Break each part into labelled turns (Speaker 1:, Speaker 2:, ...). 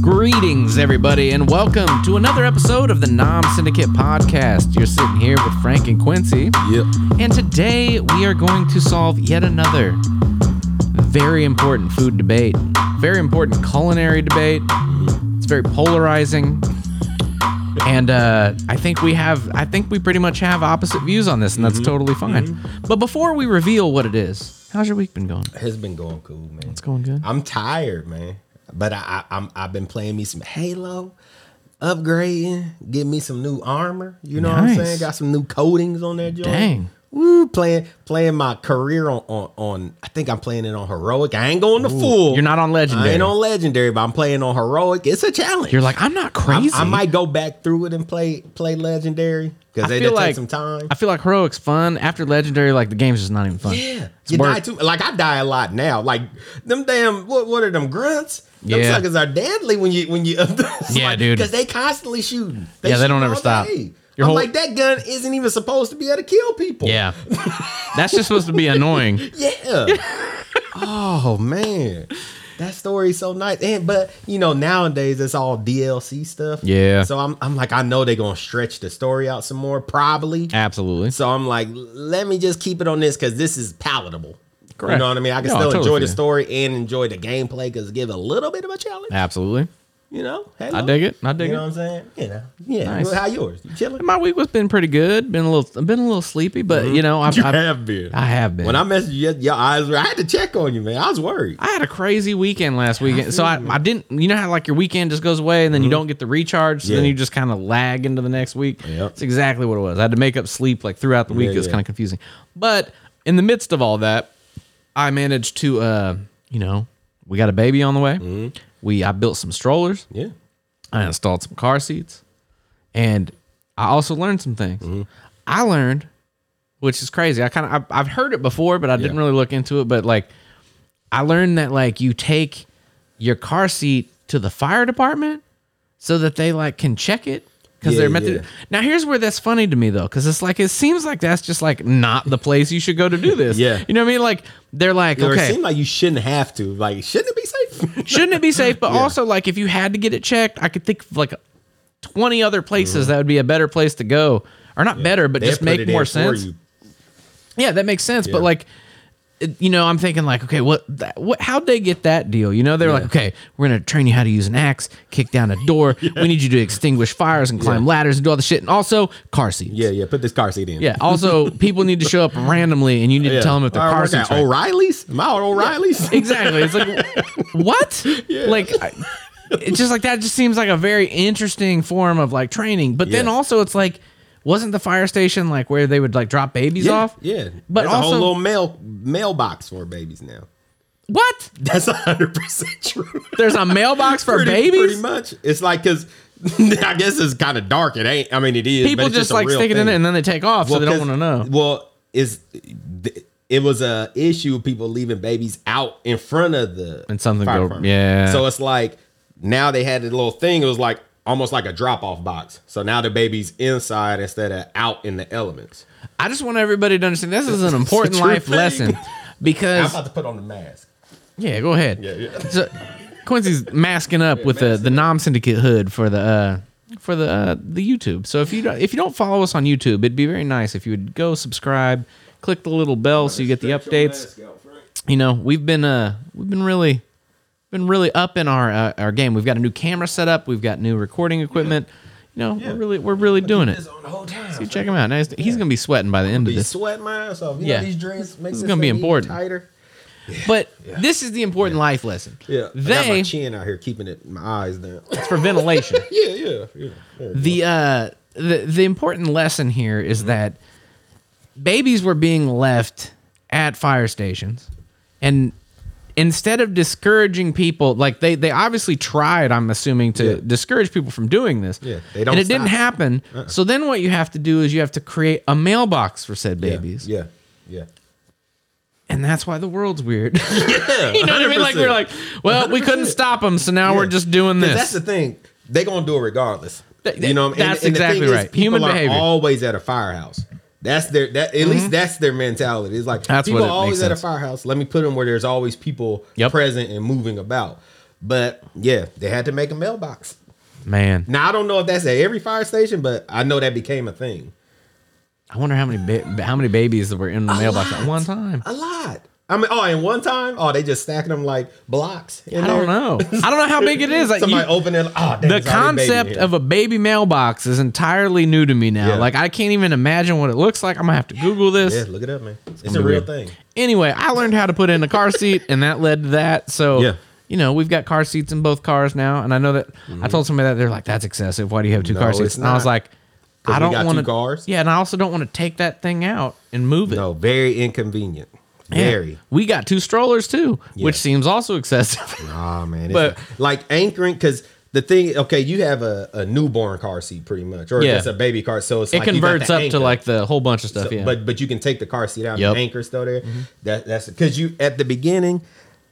Speaker 1: Greetings, everybody, and welcome to another episode of the Nom Syndicate podcast. You're sitting here with Frank and Quincy,
Speaker 2: Yep.
Speaker 1: and today we are going to solve yet another very important food debate, very important culinary debate. It's very polarizing. And uh, I think we have, I think we pretty much have opposite views on this, and that's totally fine. But before we reveal what it is, how's your week been going?
Speaker 2: It's been going cool, man.
Speaker 1: It's going good.
Speaker 2: I'm tired, man. But I, I I'm I've been playing me some Halo, upgrading, get me some new armor. You know what I'm
Speaker 1: Nice.
Speaker 2: saying? Got some new coatings on that joint.
Speaker 1: Dang.
Speaker 2: Woo, playing playing my career on, on on I think I'm playing it on heroic. I ain't going to full.
Speaker 1: You're not on
Speaker 2: I
Speaker 1: legendary.
Speaker 2: ain't on legendary, but I'm playing on heroic. It's a challenge.
Speaker 1: You're like, I'm not crazy.
Speaker 2: I might go back through it and play play legendary because they
Speaker 1: feel
Speaker 2: take
Speaker 1: like-
Speaker 2: some time.
Speaker 1: I feel like heroic's fun. After legendary, like the game's just not even fun.
Speaker 2: Yeah,
Speaker 1: It's
Speaker 2: you
Speaker 1: work.
Speaker 2: die too. Like I die a lot now. Like them damn what what are them grunts? Them
Speaker 1: Yeah.
Speaker 2: suckers are deadly when you when you up
Speaker 1: Yeah, dude.
Speaker 2: Because they constantly shooting.
Speaker 1: Yeah, they
Speaker 2: shoot
Speaker 1: don't ever
Speaker 2: all
Speaker 1: stop.
Speaker 2: day.
Speaker 1: Your
Speaker 2: I'm
Speaker 1: whole-
Speaker 2: like that gun isn't even supposed to be able to kill people.
Speaker 1: Yeah. That's just supposed to be annoying.
Speaker 2: Yeah. oh man. That story's so nice. And but you know, nowadays it's all DLC stuff.
Speaker 1: Yeah.
Speaker 2: So I'm I'm like, I know they're gonna stretch the story out some more, probably.
Speaker 1: Absolutely.
Speaker 2: So I'm like, let me just keep it on this because this is palatable. You
Speaker 1: Correct.
Speaker 2: know what I mean? I can
Speaker 1: No, I
Speaker 2: still
Speaker 1: totally
Speaker 2: enjoy
Speaker 1: feel
Speaker 2: the
Speaker 1: you.
Speaker 2: story and enjoy the gameplay because give a little bit of a challenge.
Speaker 1: Absolutely.
Speaker 2: You know,
Speaker 1: I dig it. I
Speaker 2: You
Speaker 1: dig
Speaker 2: know what
Speaker 1: it.
Speaker 2: I'm saying? You know, yeah.
Speaker 1: Nice.
Speaker 2: How yours? You chilling?
Speaker 1: My week was been pretty good. Been a little been a little sleepy, but you know, I've,
Speaker 2: Mm-hmm. You
Speaker 1: I've-
Speaker 2: have been.
Speaker 1: I have been.
Speaker 2: When I messaged you, your eyes were. I had to check on you, man. I was worried.
Speaker 1: I had a crazy weekend last weekend. So I, I didn't, you know how like your weekend just goes away and then you don't get the recharge. So then
Speaker 2: Mm-hmm. Yeah.
Speaker 1: you just kind of lag into the next week.
Speaker 2: Yep.
Speaker 1: That's exactly what it was. I had to make up sleep like throughout the week.
Speaker 2: Yeah,
Speaker 1: it was
Speaker 2: yeah.
Speaker 1: kind of confusing. But in the midst of all that, I managed to, uh, you know, we got a baby on the way.
Speaker 2: Mm-hmm.
Speaker 1: We, I built some strollers.
Speaker 2: Yeah.
Speaker 1: I installed some car seats, and I also learned some things.
Speaker 2: Mm-hmm.
Speaker 1: I learned, which is crazy. I kind of I've, I've heard it before, but I didn't really look into it. But like, I learned that like you take your car seat to the fire department so that they like can check it because
Speaker 2: Yeah,
Speaker 1: they're meant
Speaker 2: yeah.
Speaker 1: to. Now here's where that's funny to me though, because it's like it seems like that's just like not the place you should go to do this.
Speaker 2: Yeah.
Speaker 1: you know what I mean? Like they're like
Speaker 2: Or It
Speaker 1: okay,
Speaker 2: seemed like you shouldn't have to. Like, shouldn't it be safe?
Speaker 1: shouldn't it be safe? But also, like, if you had to get it checked, I could think of like 20 other places that would be a better place to go, or not better, but
Speaker 2: They
Speaker 1: just
Speaker 2: put
Speaker 1: make
Speaker 2: it in
Speaker 1: more
Speaker 2: for
Speaker 1: sense.
Speaker 2: you.
Speaker 1: Yeah, that makes sense. But
Speaker 2: Yeah.
Speaker 1: like, it- you know, I'm thinking like, okay, what, that, what, how'd they get that deal? You know, they're like, okay, we're gonna train you how to use an axe, kick down a door. We need you to extinguish fires and climb ladders and do all the shit, and also car seats.
Speaker 2: Yeah, yeah. Put this car seat in.
Speaker 1: Yeah. Also, people need to show up randomly, and you need to
Speaker 2: Yeah.
Speaker 1: tell them if their
Speaker 2: Or
Speaker 1: car
Speaker 2: what's
Speaker 1: seats.
Speaker 2: that,
Speaker 1: right.
Speaker 2: O'Reilly's? Am I on O'Reilly's?
Speaker 1: Exactly. It's like what? Like I- it's just like that just seems like a very interesting form of like training. But then
Speaker 2: Yeah.
Speaker 1: also it's like wasn't the fire station like where they would like drop babies
Speaker 2: yeah,
Speaker 1: off?
Speaker 2: Yeah,
Speaker 1: But
Speaker 2: There's a
Speaker 1: also
Speaker 2: whole little mail mailbox for babies now.
Speaker 1: what?
Speaker 2: That's hundred percent true.
Speaker 1: There's a mailbox for
Speaker 2: pretty,
Speaker 1: babies?
Speaker 2: pretty much. It's like because I guess it's kind of dark. It ain't. I mean, it is.
Speaker 1: People
Speaker 2: but it's
Speaker 1: just,
Speaker 2: a
Speaker 1: like
Speaker 2: real
Speaker 1: stick it in
Speaker 2: thing.
Speaker 1: it and then they take off, so they don't want to know.
Speaker 2: Well, is it was a issue of people leaving babies out in front of the
Speaker 1: And something
Speaker 2: fire
Speaker 1: go-
Speaker 2: department.
Speaker 1: yeah.
Speaker 2: So it's like now they had a little thing. It was like almost like a drop off box. So now the baby's inside instead of out in the elements.
Speaker 1: I just want everybody to understand this is an important
Speaker 2: true
Speaker 1: life
Speaker 2: thing.
Speaker 1: lesson
Speaker 2: I'm
Speaker 1: because
Speaker 2: about to put on the mask.
Speaker 1: yeah, go ahead.
Speaker 2: Yeah, yeah.
Speaker 1: So Quincy's masking up with the the Nom Syndicate hood for the uh, for the uh, the YouTube. So if you don't, if you don't follow us on YouTube, it'd be very nice if you would go subscribe, click the little bell so you get the updates. You know, we've been uh we've been really been really up in our uh, our game. We've got a new camera set up. We've got new recording equipment. You know, we're really we're really doing it.
Speaker 2: This on the whole time.
Speaker 1: You check him out. Now he's, he's gonna be sweating by the end of
Speaker 2: Be
Speaker 1: this.
Speaker 2: sweating my ass off. You
Speaker 1: Yeah.
Speaker 2: know, these dreads make
Speaker 1: This is
Speaker 2: this
Speaker 1: gonna be
Speaker 2: thing even
Speaker 1: important.
Speaker 2: Tighter.
Speaker 1: But this is the important life lesson.
Speaker 2: Yeah, I got my
Speaker 1: They
Speaker 2: chin out here keeping it my eyes down.
Speaker 1: it's for ventilation.
Speaker 2: yeah, yeah, yeah.
Speaker 1: the uh the the important lesson here is
Speaker 2: Mm-hmm.
Speaker 1: that babies were being left at fire stations and instead of discouraging people like they they obviously tried i'm assuming to
Speaker 2: Yeah.
Speaker 1: discourage people from doing this
Speaker 2: Yeah, they don't
Speaker 1: and it didn't
Speaker 2: stop. Uh-uh.
Speaker 1: happen so then what you have to do is you have to create a mailbox for said babies
Speaker 2: Yeah, yeah.
Speaker 1: and that's why the world's weird
Speaker 2: yeah.
Speaker 1: you know what i mean like we're like well we couldn't stop them so now we're just doing this
Speaker 2: That's the thing. They gonna do it regardless.
Speaker 1: Th-
Speaker 2: You know, what I mean?
Speaker 1: that's
Speaker 2: the thing
Speaker 1: exactly
Speaker 2: is,
Speaker 1: right.
Speaker 2: people
Speaker 1: Human
Speaker 2: are
Speaker 1: behavior. Mm-hmm.
Speaker 2: always at a firehouse. That's their that at least that's their mentality. It's like
Speaker 1: That's what
Speaker 2: people
Speaker 1: it
Speaker 2: are always
Speaker 1: makes
Speaker 2: at a
Speaker 1: sense.
Speaker 2: firehouse. Let me put them where there's always people
Speaker 1: Yep.
Speaker 2: present and moving about. But yeah, they had to make a mailbox.
Speaker 1: Man,
Speaker 2: Now I don't know if that's at every fire station, but I know that became a thing.
Speaker 1: I wonder how many ba- how many babies that were in the mailbox at one time.
Speaker 2: A lot. I mean, oh, and one time, oh, they just stacking them like blocks. in
Speaker 1: I don't
Speaker 2: there.
Speaker 1: know. I don't know how big it is. Like
Speaker 2: Somebody
Speaker 1: you-
Speaker 2: open it. Oh,
Speaker 1: the concept of a baby mailbox is entirely new to me now.
Speaker 2: Yeah.
Speaker 1: Like I can't even imagine what it looks like. I'm gonna have to Google this.
Speaker 2: yeah, look it up, man. It's, a
Speaker 1: be
Speaker 2: real
Speaker 1: weird.
Speaker 2: thing.
Speaker 1: Anyway, I learned how to put in a car seat, and that led to that. So
Speaker 2: Yeah.
Speaker 1: you know we've got car seats in both cars now, and I know that I told somebody that they're like, "That's excessive. Why do you have two
Speaker 2: No,
Speaker 1: car seats?"
Speaker 2: it's
Speaker 1: And I was
Speaker 2: not.
Speaker 1: like,
Speaker 2: we
Speaker 1: "I
Speaker 2: got
Speaker 1: don't
Speaker 2: two
Speaker 1: want
Speaker 2: cars.
Speaker 1: Yeah, and I also don't want to take that thing out and move it.
Speaker 2: No, very inconvenient.
Speaker 1: Yeah.
Speaker 2: Very.
Speaker 1: We got two strollers too, which seems also excessive.
Speaker 2: Oh man, it's
Speaker 1: But-
Speaker 2: like anchoring because the thing. Okay, you have a, a newborn car seat pretty much, or
Speaker 1: Yeah.
Speaker 2: just a baby car. So it's
Speaker 1: it
Speaker 2: like you got
Speaker 1: converts
Speaker 2: the
Speaker 1: up to
Speaker 2: anchor.
Speaker 1: like the whole bunch of stuff.
Speaker 2: So-
Speaker 1: yeah,
Speaker 2: But but you can take the car seat out.
Speaker 1: Yep. Mm-hmm.
Speaker 2: And the anchor still there. That that's because you at the beginning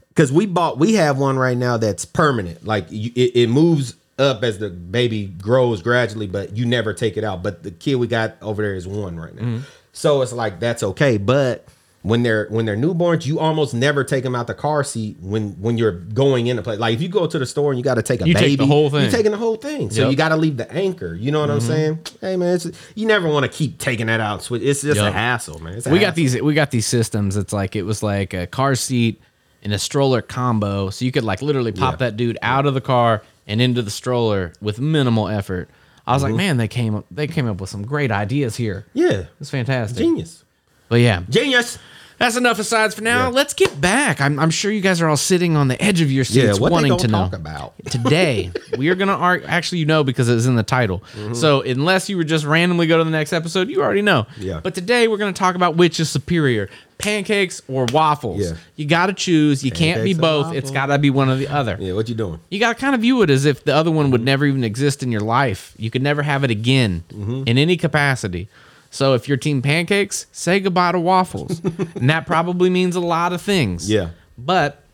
Speaker 2: because we bought we have one right now that's permanent. Like you, it, it moves up as the baby grows gradually, but you never take it out. But the kid we got over there is one right now,
Speaker 1: Mm-hmm.
Speaker 2: so it's like that's okay. But when they're when they're newborns, you almost never take them out the car seat when when you're going into play. Like if you go to the store and you got to take a
Speaker 1: You
Speaker 2: baby,
Speaker 1: take the whole thing.
Speaker 2: You taking the whole thing, so
Speaker 1: Yep. Mm-hmm.
Speaker 2: you got to leave the anchor. You know what I'm saying? Hey man, it's, you never want to keep taking that out. Switch. It's just a
Speaker 1: Yep.
Speaker 2: hassle, man. It's a
Speaker 1: we
Speaker 2: hassle.
Speaker 1: got these we got these systems it's like it was like a car seat and a stroller combo so you could like literally pop
Speaker 2: Yeah.
Speaker 1: that dude out of the car and into the stroller with minimal effort i
Speaker 2: Mm-hmm.
Speaker 1: was like man they came up they came up with some great ideas here
Speaker 2: Yeah,
Speaker 1: it's fantastic
Speaker 2: genius,
Speaker 1: but yeah
Speaker 2: genius.
Speaker 1: that's enough asides for now
Speaker 2: Yeah.
Speaker 1: let's get back I'm, I'm sure you guys are all sitting on the edge of your seats wanting to know
Speaker 2: about?
Speaker 1: today we are going to argue actually you know because it's in the title
Speaker 2: Mm-hmm.
Speaker 1: so unless you were just randomly go to the next episode you already know
Speaker 2: Yeah.
Speaker 1: but today we're going to talk about which is superior pancakes or waffles
Speaker 2: Yeah.
Speaker 1: you gotta choose you can't be
Speaker 2: Pancakes or
Speaker 1: both it's
Speaker 2: waffles.
Speaker 1: gotta be one or the other
Speaker 2: Yeah, Mm-hmm. what you doing?
Speaker 1: you gotta kind of view it as if the other one would never even exist in your life you could never have it again
Speaker 2: Mm-hmm.
Speaker 1: in any capacity so if you're team pancakes say goodbye to waffles and that probably means a lot of things
Speaker 2: Yeah.
Speaker 1: but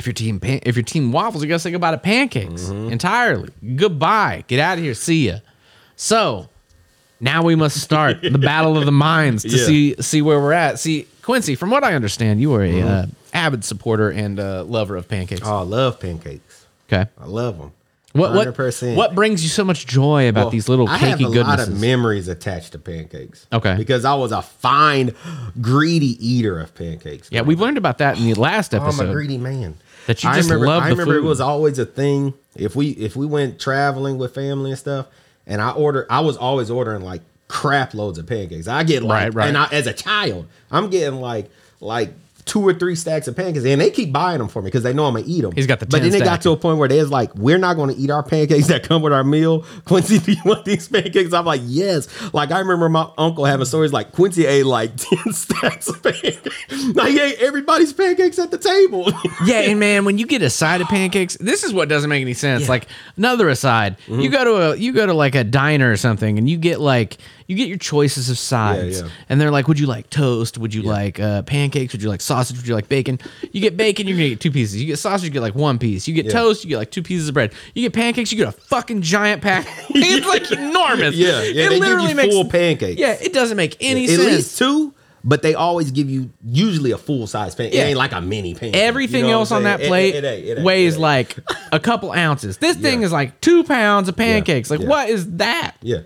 Speaker 1: if your team pan- if your team waffles, you gotta say goodbye to pancakes
Speaker 2: Mm-hmm.
Speaker 1: entirely. Goodbye. Get out of here. See ya. So now we must start the battle of the minds to
Speaker 2: Yeah.
Speaker 1: see see where we're at. See Quincy, from what I understand, you are a uh, avid supporter and uh, lover of pancakes.
Speaker 2: Mm-hmm. Oh, I love pancakes.
Speaker 1: okay.
Speaker 2: I love them.
Speaker 1: What what what brings you so much joy about these little
Speaker 2: I have a
Speaker 1: cakey
Speaker 2: lot of
Speaker 1: goodnesses?
Speaker 2: memories attached to pancakes.
Speaker 1: Okay.
Speaker 2: because I was a fine, greedy eater of pancakes.
Speaker 1: yeah, we've learned about that in the last
Speaker 2: Oh, I'm
Speaker 1: episode.
Speaker 2: a greedy man.
Speaker 1: That you
Speaker 2: I
Speaker 1: just
Speaker 2: remember,
Speaker 1: love
Speaker 2: I
Speaker 1: the
Speaker 2: remember
Speaker 1: food.
Speaker 2: it was always a thing. If we if we went traveling with family and stuff, and I order, I was always ordering like crap loads of pancakes. I get like,
Speaker 1: Right, right.
Speaker 2: and I, as a child, I'm getting like like two or three stacks of pancakes, and they keep buying them for me because they know I'm gonna eat them.
Speaker 1: He's got the
Speaker 2: but
Speaker 1: 10
Speaker 2: then it
Speaker 1: stack.
Speaker 2: got to a point where they was like, we're not gonna eat our pancakes that come with our meal. Quincy, do you want these pancakes? I'm like, yes. Like I remember my uncle having stories like Quincy ate like ten stacks of pancakes. Like he ate everybody's pancakes at the table.
Speaker 1: Yeah, and man, when you get a side of pancakes, this is what doesn't make any sense. Like another aside,
Speaker 2: Mm-hmm.
Speaker 1: you go to a you go to like a diner or something, and you get like you get your choices of sides,
Speaker 2: yeah.
Speaker 1: and they're like, would you like toast? Would you like uh, pancakes? Would you like sausage? Would you like bacon? You get bacon, you're gonna get two pieces. You get sausage, you get like one piece. You get toast, you get like two pieces of bread. You get pancakes, you get a fucking giant pack. it's like enormous.
Speaker 2: Yeah, yeah,
Speaker 1: it
Speaker 2: they give
Speaker 1: literally
Speaker 2: you
Speaker 1: makes
Speaker 2: full pancakes.
Speaker 1: Yeah, it doesn't make any
Speaker 2: At
Speaker 1: sense.
Speaker 2: least two, but they always give you usually a full size pancake.
Speaker 1: Yeah.
Speaker 2: It ain't like a mini pancake.
Speaker 1: Everything
Speaker 2: You know what
Speaker 1: else
Speaker 2: I'm
Speaker 1: on that
Speaker 2: saying? It-
Speaker 1: plate
Speaker 2: it ain't- it ain't-
Speaker 1: weighs
Speaker 2: it ain't.
Speaker 1: like a couple ounces. This thing
Speaker 2: Yeah.
Speaker 1: is like two pounds of pancakes. Like,
Speaker 2: Yeah.
Speaker 1: what is that?
Speaker 2: yeah.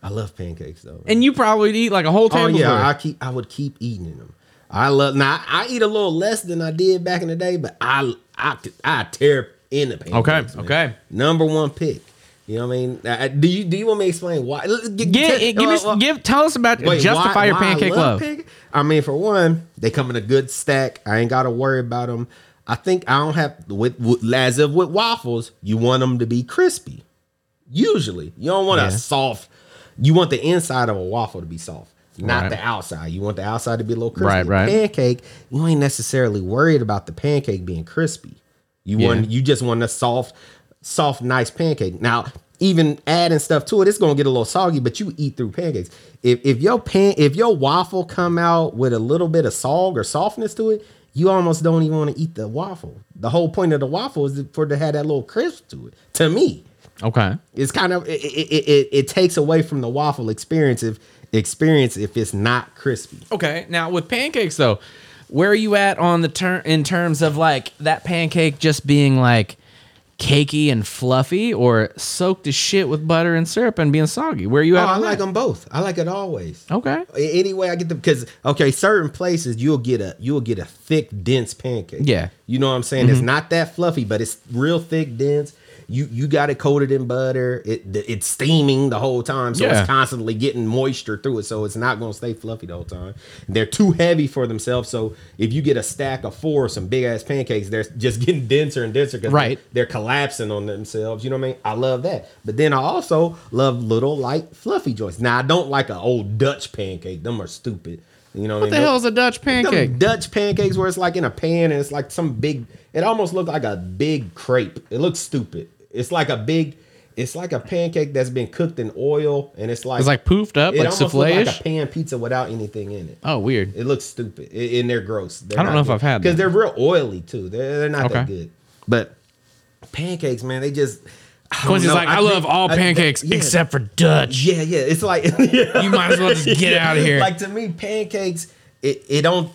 Speaker 2: I love pancakes though.
Speaker 1: And you probably would eat like a whole
Speaker 2: Oh
Speaker 1: table.
Speaker 2: yeah, I keep I would keep eating them. I love now. I eat a little less than I did back in the day, but I I could- I tear in the pancakes.
Speaker 1: Okay, okay.
Speaker 2: Number one pick. You know what I mean? Uh, do you do you want me to explain why? L- g-
Speaker 1: Get,
Speaker 2: t-
Speaker 1: it- give me,
Speaker 2: uh, uh,
Speaker 1: give, tell us about
Speaker 2: wait,
Speaker 1: justify
Speaker 2: why-
Speaker 1: your
Speaker 2: why I
Speaker 1: pancake love.
Speaker 2: pancake? I mean, for one, they come in a good stack. I ain't got to worry about them. I think I don't have with, with as of with waffles. You want them to be crispy. Usually, you don't want
Speaker 1: Yeah.
Speaker 2: a soft. You want the inside of a waffle to be soft, not
Speaker 1: Right.
Speaker 2: the outside. You want the outside to be a little crispy.
Speaker 1: Right, right.
Speaker 2: Pancake, you ain't necessarily worried about the pancake being crispy. You
Speaker 1: Yeah.
Speaker 2: want you just want a soft, soft, nice pancake. Now, even adding stuff to it, it's gonna get a little soggy, but you eat through pancakes. If if your pan if your waffle come out with a little bit of sog or softness to it, you almost don't even want to eat the waffle. The whole point of the waffle is for it to have that little crisp to it. To me,
Speaker 1: Okay.
Speaker 2: it's kind of it it, it, it it takes away from the waffle experience if experience if it's not crispy.
Speaker 1: Okay. Now with pancakes though, where are you at on the turn in terms of like that pancake just being like cakey and fluffy or soaked as shit with butter and syrup and being soggy? Where are you
Speaker 2: Oh,
Speaker 1: at?
Speaker 2: I
Speaker 1: on
Speaker 2: like
Speaker 1: that?
Speaker 2: them both. I like it always.
Speaker 1: Okay.
Speaker 2: A- Any way I get them because okay, certain places you'll get a you'll get a thick, dense pancake.
Speaker 1: Yeah. Mm-hmm.
Speaker 2: you know what I'm saying. It's not that fluffy, but it's real thick, dense. You you got it coated in butter. It the- it's steaming the whole time, so
Speaker 1: Yeah.
Speaker 2: it's constantly getting moisture through it. So it's not going to stay fluffy the whole time. They're too heavy for themselves. So if you get a stack of four or some big ass pancakes, they're just getting denser and denser because
Speaker 1: Right.
Speaker 2: they're collapsing on themselves. You know what I mean? I love that. But then I also love little light fluffy joints. Now I don't like an old Dutch pancake. Them are stupid. You know what,
Speaker 1: What the hell is a Dutch pancake?
Speaker 2: Dutch pancakes where it's like in a pan and it's like some big. It almost looks like a big crepe. It looks stupid. It's like a big. It's like a pancake that's been cooked in oil and it's like
Speaker 1: It's like poofed up,
Speaker 2: it
Speaker 1: like
Speaker 2: almost looks
Speaker 1: souffle-ish.
Speaker 2: like a pan pizza without anything in it.
Speaker 1: oh, weird.
Speaker 2: It looks stupid, I- and they're gross. They're
Speaker 1: I don't know if I've had
Speaker 2: because
Speaker 1: them.
Speaker 2: they're real oily too. They're, they're not that
Speaker 1: Okay.
Speaker 2: good. But pancakes, man, they just. I don't
Speaker 1: Quincy's
Speaker 2: know.
Speaker 1: like, I,
Speaker 2: think-
Speaker 1: love all
Speaker 2: I- th-
Speaker 1: pancakes
Speaker 2: yeah.
Speaker 1: except for Dutch.
Speaker 2: Yeah, yeah. It's like yeah.
Speaker 1: You might as well just get out of here.
Speaker 2: Like to me, pancakes, it, it don't.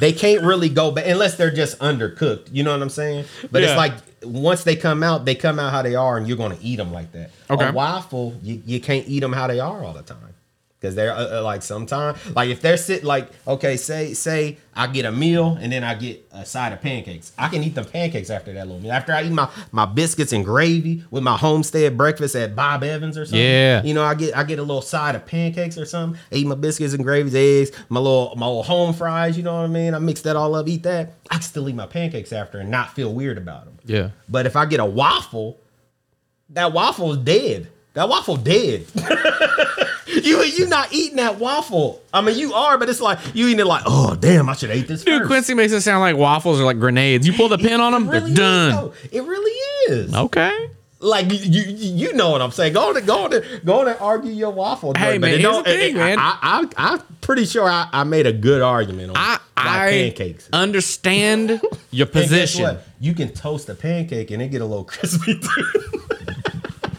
Speaker 2: They can't really go back unless they're just undercooked. You know what I'm saying? But
Speaker 1: Yeah.
Speaker 2: it's like once they come out, they come out how they are, and you're going to eat them like that.
Speaker 1: Okay.
Speaker 2: A waffle, you, you can't eat them how they are all the time because they're uh, uh, like sometimes like if they're sitting like okay, say say I get a meal and then I get a side of pancakes. I can eat the pancakes after that little meal. After I eat my my biscuits and gravy with my homestead breakfast at Bob Evans or something.
Speaker 1: Yeah.
Speaker 2: You know, I get I get a little side of pancakes or something. I eat my biscuits and gravies, eggs, my little my little home fries. You know what I mean? I mix that all up, eat that. I can still eat my pancakes after and not feel weird about them.
Speaker 1: Yeah.
Speaker 2: But if I get a waffle, that waffle's dead. That waffle dead. you you not eating that waffle. I mean, you are, but it's like you eating it like, oh damn, I should have ate this
Speaker 1: Dude,
Speaker 2: first.
Speaker 1: Quincy makes it sound like waffles are like grenades. You pull the pin on them,
Speaker 2: It really
Speaker 1: they're
Speaker 2: is,
Speaker 1: done.
Speaker 2: though. It really is.
Speaker 1: Okay.
Speaker 2: Like you, you, you know what I'm saying. Go on, and, go on, and, go on and argue your waffle.
Speaker 1: Hey,
Speaker 2: joint,
Speaker 1: man,
Speaker 2: it
Speaker 1: here's
Speaker 2: don't-
Speaker 1: the thing,
Speaker 2: it- it-
Speaker 1: man.
Speaker 2: I, I, I'm pretty sure I, I made a good argument on
Speaker 1: I,
Speaker 2: like
Speaker 1: I
Speaker 2: pancakes.
Speaker 1: understand your
Speaker 2: And guess
Speaker 1: position.
Speaker 2: what? You can toast a pancake and it get a little crispy too.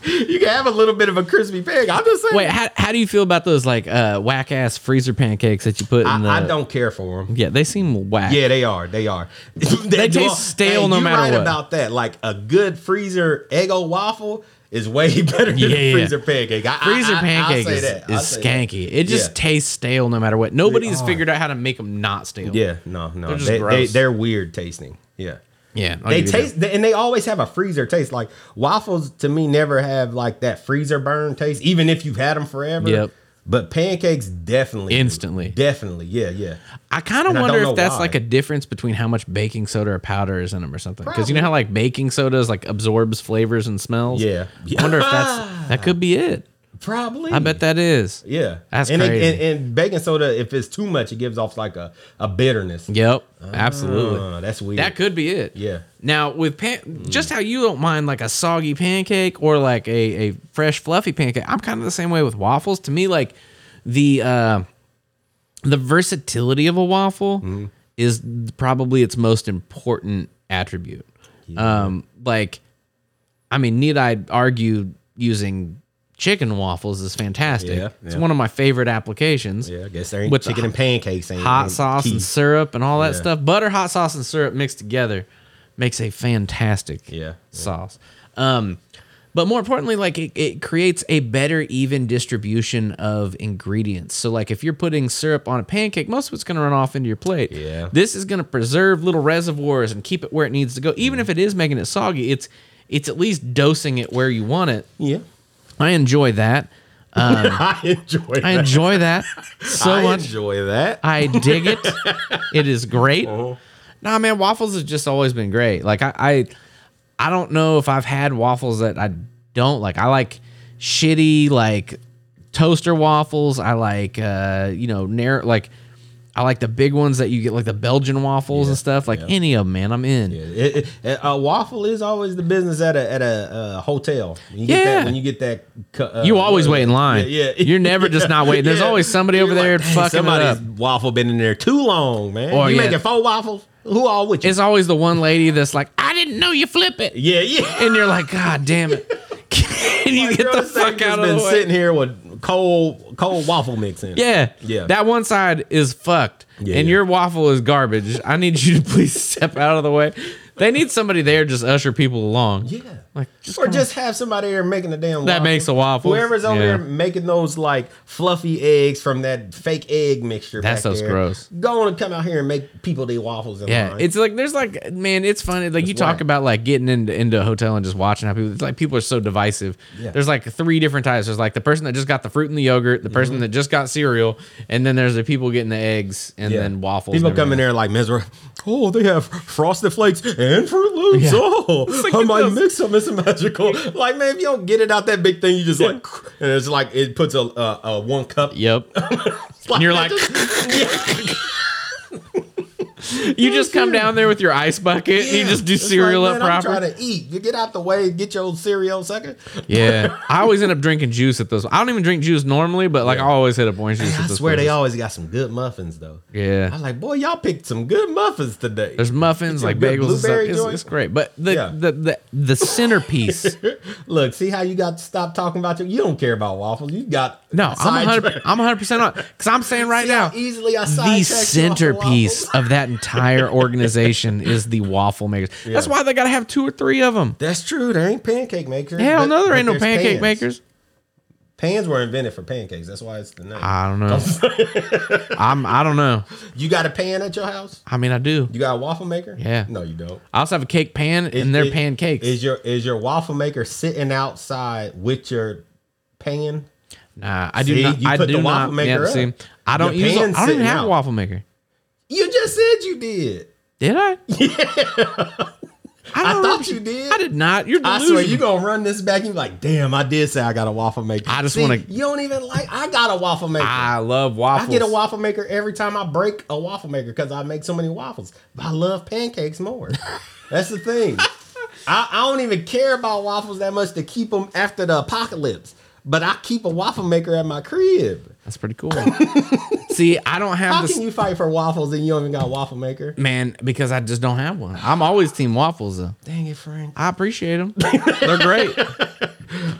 Speaker 2: you can have a little bit of a crispy pancake. I'm just saying.
Speaker 1: Wait, how, how do you feel about those like uh, whack ass freezer pancakes that you put in the?
Speaker 2: I, I don't care for them.
Speaker 1: Yeah, they seem whack.
Speaker 2: Yeah, they are. They are. they
Speaker 1: taste
Speaker 2: well,
Speaker 1: stale
Speaker 2: hey,
Speaker 1: no
Speaker 2: you
Speaker 1: matter
Speaker 2: right
Speaker 1: what.
Speaker 2: about that. Like a good freezer Eggo waffle is way better than
Speaker 1: Yeah.
Speaker 2: a freezer pancake. I,
Speaker 1: Freezer
Speaker 2: I, I,
Speaker 1: pancake
Speaker 2: I'll say
Speaker 1: is,
Speaker 2: that. I'll
Speaker 1: is
Speaker 2: say that.
Speaker 1: skanky. It just
Speaker 2: Yeah.
Speaker 1: tastes stale no matter what. Nobody's
Speaker 2: are.
Speaker 1: figured out how to make them not stale.
Speaker 2: Yeah, no, no.
Speaker 1: They're just
Speaker 2: They, they,
Speaker 1: gross.
Speaker 2: they're weird tasting. Yeah.
Speaker 1: yeah. I'll
Speaker 2: they
Speaker 1: give you that.
Speaker 2: taste and they always have a freezer taste like waffles to me never have like that freezer burn taste even if you've had them forever
Speaker 1: Yep.
Speaker 2: but pancakes definitely do.
Speaker 1: Instantly.
Speaker 2: definitely yeah yeah
Speaker 1: I kind of
Speaker 2: And I
Speaker 1: wonder
Speaker 2: don't
Speaker 1: if
Speaker 2: know
Speaker 1: that's
Speaker 2: why.
Speaker 1: like a difference between how much baking soda or powder is in them or something. Because you know
Speaker 2: Probably.
Speaker 1: how like baking soda is like absorbs flavors and smells.
Speaker 2: Yeah.
Speaker 1: I wonder if that's that could be it.
Speaker 2: probably
Speaker 1: I bet that is.
Speaker 2: yeah
Speaker 1: That's
Speaker 2: and, it-
Speaker 1: crazy.
Speaker 2: and, and baking soda if it's too much it gives off like a, a bitterness
Speaker 1: Yep. Absolutely.
Speaker 2: Uh, that's weird
Speaker 1: That could be it.
Speaker 2: Yeah.
Speaker 1: Now with pan- just how you don't mind like a soggy pancake or like a, a fresh fluffy pancake, I'm kind of the same way with waffles. To me, like the uh, the versatility of a waffle
Speaker 2: Mm-hmm.
Speaker 1: is probably its most important attribute. Um, like, I mean, need I argue using chicken waffles is fantastic.
Speaker 2: Yeah,
Speaker 1: It's
Speaker 2: yeah.
Speaker 1: one of my favorite applications
Speaker 2: yeah i guess there ain't
Speaker 1: With the
Speaker 2: chicken and pancakes ain't
Speaker 1: hot
Speaker 2: ain't
Speaker 1: sauce
Speaker 2: key.
Speaker 1: and syrup and all that
Speaker 2: Yeah.
Speaker 1: stuff. Butter, hot sauce, and syrup mixed together makes a fantastic
Speaker 2: Yeah, yeah.
Speaker 1: sauce. Um, but more importantly, like it, it creates a better even distribution of ingredients. So like if you're putting syrup on a pancake, most of it's gonna run off into your plate.
Speaker 2: Yeah.
Speaker 1: This is gonna preserve little reservoirs and keep it where it needs to go. Even
Speaker 2: Mm.
Speaker 1: if it is making it soggy, it's it's at least dosing it where you want it.
Speaker 2: yeah
Speaker 1: I enjoy that.
Speaker 2: i enjoy
Speaker 1: Um,
Speaker 2: that.
Speaker 1: I enjoy that so
Speaker 2: I
Speaker 1: much.
Speaker 2: enjoy that
Speaker 1: I dig it. it is great.
Speaker 2: Uh-huh.
Speaker 1: Nah, man, waffles has just always been great. Like I, I, I don't know if I've had waffles that I don't like. I like shitty like toaster waffles. I like uh, you know narrow like. I like the big ones that you get, like the Belgian waffles and stuff. Like any of them, man, I'm in.
Speaker 2: Yeah, it, it, a waffle is always the business at a at a uh, hotel. When you get
Speaker 1: Yeah.
Speaker 2: that, when you get that, cu- uh,
Speaker 1: You always
Speaker 2: what-
Speaker 1: wait in line.
Speaker 2: Yeah, yeah.
Speaker 1: You're never just not waiting. There's
Speaker 2: Yeah.
Speaker 1: always somebody over
Speaker 2: You're
Speaker 1: there
Speaker 2: like, "Dang,
Speaker 1: fucking it
Speaker 2: somebody's
Speaker 1: up.
Speaker 2: waffle been in there too long, man.
Speaker 1: Or,
Speaker 2: you
Speaker 1: yeah.
Speaker 2: making four waffles? Who all with you?
Speaker 1: It's always the one lady that's like, "I didn't know you flip it,"
Speaker 2: yeah, yeah.
Speaker 1: and you're like, "God damn it!" Can you
Speaker 2: Like,
Speaker 1: get
Speaker 2: girl,
Speaker 1: the
Speaker 2: this thing
Speaker 1: fuck
Speaker 2: just
Speaker 1: out of
Speaker 2: been
Speaker 1: the way?
Speaker 2: sitting here with cold cold waffle mix in. it.
Speaker 1: Yeah.
Speaker 2: Yeah.
Speaker 1: That one side is fucked.
Speaker 2: Yeah,
Speaker 1: and
Speaker 2: yeah.
Speaker 1: your waffle is garbage. I need you to please step out of the way. They need somebody there to just usher people along.
Speaker 2: Yeah.
Speaker 1: Like, just
Speaker 2: or
Speaker 1: come
Speaker 2: just have somebody there making the damn.
Speaker 1: That makes the waffles.
Speaker 2: Whoever's over
Speaker 1: Yeah.
Speaker 2: there making those like fluffy eggs from that fake egg mixture.
Speaker 1: That
Speaker 2: back
Speaker 1: stuff's
Speaker 2: there,
Speaker 1: gross.
Speaker 2: Go on and come out here and make people their waffles. In
Speaker 1: Yeah,
Speaker 2: line.
Speaker 1: it's like there's like man, it's funny. Like you talk
Speaker 2: whack.
Speaker 1: about like getting into into a hotel and just watching how people. It's like people are so divisive.
Speaker 2: Yeah.
Speaker 1: There's like three different types. There's like the person that just got the fruit and the yogurt, the
Speaker 2: Mm-hmm.
Speaker 1: person that just got cereal, and then there's the people getting the eggs and
Speaker 2: Yeah.
Speaker 1: then waffles.
Speaker 2: People
Speaker 1: and
Speaker 2: come in
Speaker 1: everything.
Speaker 2: there like miserable. Oh, they have frosted flakes and Fruit Loops.
Speaker 1: Yeah.
Speaker 2: Oh,
Speaker 1: like
Speaker 2: I
Speaker 1: it
Speaker 2: might
Speaker 1: does.
Speaker 2: mix them. It's magical. Like man, if you don't get it out that big thing, you just like, and it's like it puts a, a, a one cup.
Speaker 1: Yep. and you're like, you just come down there with your ice bucket. and You just do
Speaker 2: It's like,
Speaker 1: cereal up
Speaker 2: man, I'm
Speaker 1: proper.
Speaker 2: trying to eat. You get out the way. Get your cereal, sucker.
Speaker 1: yeah, I always end up drinking juice at those. I don't even drink juice normally, but like I always hit up orange juice.
Speaker 2: I
Speaker 1: at those
Speaker 2: swear they
Speaker 1: places.
Speaker 2: always got some good muffins though.
Speaker 1: Yeah.
Speaker 2: I was like, boy, y'all picked some good muffins today.
Speaker 1: There's muffins,
Speaker 2: Get
Speaker 1: like
Speaker 2: your good
Speaker 1: bagels and stuff.
Speaker 2: blueberry
Speaker 1: It's,
Speaker 2: joint.
Speaker 1: it's great. But the,
Speaker 2: Yeah.
Speaker 1: the, the, the centerpiece.
Speaker 2: Look, see how you got to stop talking about your. You don't care about waffles. You got
Speaker 1: No, I'm 100,
Speaker 2: sidetracked.
Speaker 1: I'm 100% on. Because I'm saying right
Speaker 2: See how
Speaker 1: now,
Speaker 2: easily I
Speaker 1: the
Speaker 2: sidetracked you off
Speaker 1: centerpiece of that entire organization is the waffle makers. That's
Speaker 2: Yeah.
Speaker 1: why they got to have two or three of them.
Speaker 2: That's true. There ain't pancake makers.
Speaker 1: Hell
Speaker 2: but-
Speaker 1: no, there
Speaker 2: but
Speaker 1: ain't no
Speaker 2: there's
Speaker 1: pancake
Speaker 2: pans.
Speaker 1: makers.
Speaker 2: Pans were invented for pancakes. That's why it's the name.
Speaker 1: I don't know. I'm, I don't know.
Speaker 2: you got a pan at your house?
Speaker 1: I mean, I do.
Speaker 2: You got a waffle maker?
Speaker 1: Yeah.
Speaker 2: No, you don't.
Speaker 1: I also have a cake pan and they're
Speaker 2: Is-
Speaker 1: pancakes.
Speaker 2: Is your is your waffle maker sitting outside with your pan?
Speaker 1: nah, I do
Speaker 2: See,
Speaker 1: not.
Speaker 2: you
Speaker 1: I
Speaker 2: put the
Speaker 1: do not.
Speaker 2: waffle maker
Speaker 1: yeah,
Speaker 2: up.
Speaker 1: see, I don't
Speaker 2: Your
Speaker 1: use. a- I
Speaker 2: pan's
Speaker 1: don't even
Speaker 2: sitting
Speaker 1: have a
Speaker 2: out.
Speaker 1: waffle maker.
Speaker 2: You just said you did.
Speaker 1: Did I? Yeah.
Speaker 2: I
Speaker 1: I, don't
Speaker 2: thought
Speaker 1: know.
Speaker 2: you did.
Speaker 1: I did not. You're
Speaker 2: I
Speaker 1: delusional.
Speaker 2: swear you gonna run this back and you like, damn, I did say I got a waffle maker.
Speaker 1: I just
Speaker 2: See,
Speaker 1: wanna-
Speaker 2: You don't even like I got a waffle maker.
Speaker 1: I love
Speaker 2: I
Speaker 1: waffles.
Speaker 2: get a waffle maker every time I break a waffle maker because I make so many waffles. But I love pancakes more. That's the thing. I, I don't even care about waffles that much to keep them after the apocalypse. But I keep a waffle maker at my crib.
Speaker 1: That's pretty cool. See, I don't have
Speaker 2: How
Speaker 1: this
Speaker 2: can you fight for waffles and you don't even got a waffle maker?
Speaker 1: man because I just don't have one. I'm always team waffles though.
Speaker 2: Dang it, Frank.
Speaker 1: I appreciate them. They're great.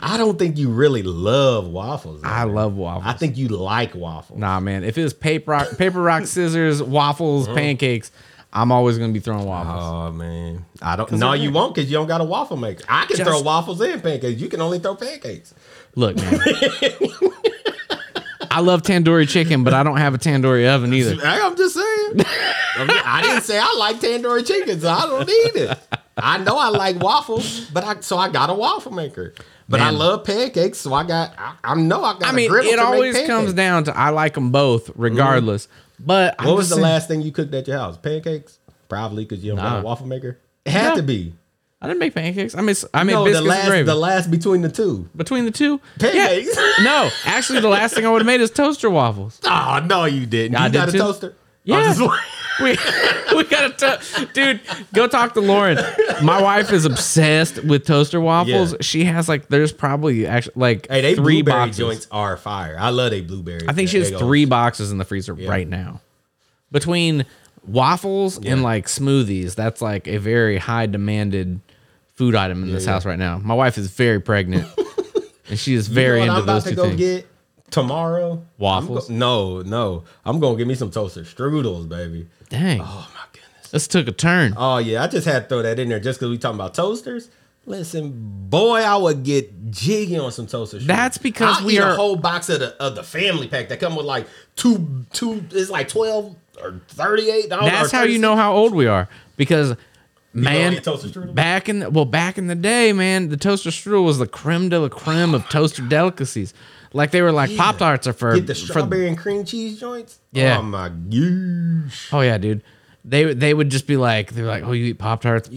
Speaker 2: I don't think you really love waffles.
Speaker 1: I love waffles.
Speaker 2: I think you like waffles.
Speaker 1: nah, man. If it's paper rock, paper rock scissors, waffles, pancakes, I'm always gonna be throwing waffles.
Speaker 2: Oh man, I don't. No,
Speaker 1: I'm-
Speaker 2: you won't because you don't got a waffle maker. I can
Speaker 1: Just-
Speaker 2: throw waffles and pancakes. You can only throw pancakes.
Speaker 1: Look, man. I love tandoori chicken, but I don't have a tandoori oven either.
Speaker 2: Hey, I'm just saying. I'm just- I didn't say I like tandoori chicken, so I don't need it. I know I like waffles, but I so I got a waffle maker. But I
Speaker 1: Man.
Speaker 2: love pancakes, so I got. I, I know I got.
Speaker 1: I mean,
Speaker 2: a griddle
Speaker 1: it
Speaker 2: to make
Speaker 1: always
Speaker 2: pancakes. Mm-hmm.
Speaker 1: comes down to I like them both, regardless. But I'm
Speaker 2: What was
Speaker 1: just
Speaker 2: the
Speaker 1: saying-
Speaker 2: last thing you cooked at your house? Pancakes, probably because you don't got
Speaker 1: Nah.
Speaker 2: a waffle maker. It had
Speaker 1: No.
Speaker 2: to be.
Speaker 1: I didn't make pancakes. I made I made
Speaker 2: No, the
Speaker 1: biscuits and
Speaker 2: last,
Speaker 1: gravy.
Speaker 2: the last between the two.
Speaker 1: Between the two,
Speaker 2: Pancakes.
Speaker 1: Yeah. No, actually, the last thing I would have made is toaster waffles.
Speaker 2: Oh no, you didn't.
Speaker 1: I
Speaker 2: you
Speaker 1: did
Speaker 2: got
Speaker 1: too.
Speaker 2: a toaster.
Speaker 1: Yeah.
Speaker 2: I'm just-
Speaker 1: We we got a to- dude. Go talk to Lauren. My wife is obsessed with toaster waffles.
Speaker 2: Yeah.
Speaker 1: She has like there's probably actually like
Speaker 2: Hey, they
Speaker 1: three
Speaker 2: blueberry
Speaker 1: boxes.
Speaker 2: joints are fire. I love they blueberry.
Speaker 1: I think she has
Speaker 2: They go-
Speaker 1: three boxes in the freezer right now. Between waffles and like smoothies, that's like a very high demanded food item in this house right now. My wife is very pregnant, and she is very
Speaker 2: You know what
Speaker 1: into
Speaker 2: I'm
Speaker 1: those
Speaker 2: about to
Speaker 1: two
Speaker 2: go
Speaker 1: things.
Speaker 2: get tomorrow. I'm
Speaker 1: Waffles?
Speaker 2: go- no, no. I'm gonna get me some toaster strudels, baby.
Speaker 1: Dang,
Speaker 2: Oh my goodness.
Speaker 1: this took a turn.
Speaker 2: Oh yeah, I just had to throw that in there just because we talking about toasters. Listen, boy, I would get jiggy on some toaster. Strudels.
Speaker 1: That's because
Speaker 2: I'll
Speaker 1: we
Speaker 2: eat
Speaker 1: are-
Speaker 2: a whole box of the of the family pack that come with like two two. It's like twelve or thirty eight dollars.
Speaker 1: That's how you know how old we are because man,
Speaker 2: get toaster strudel?
Speaker 1: back in the, well back in the day, man, the toaster strudel was the creme de la creme of toaster delicacies. Like they were like pop tarts are for
Speaker 2: Get the
Speaker 1: for
Speaker 2: strawberry and cream cheese joints.
Speaker 1: Yeah.
Speaker 2: Oh my gosh.
Speaker 1: oh yeah, dude. They they would just be like they're like oh you eat pop tarts.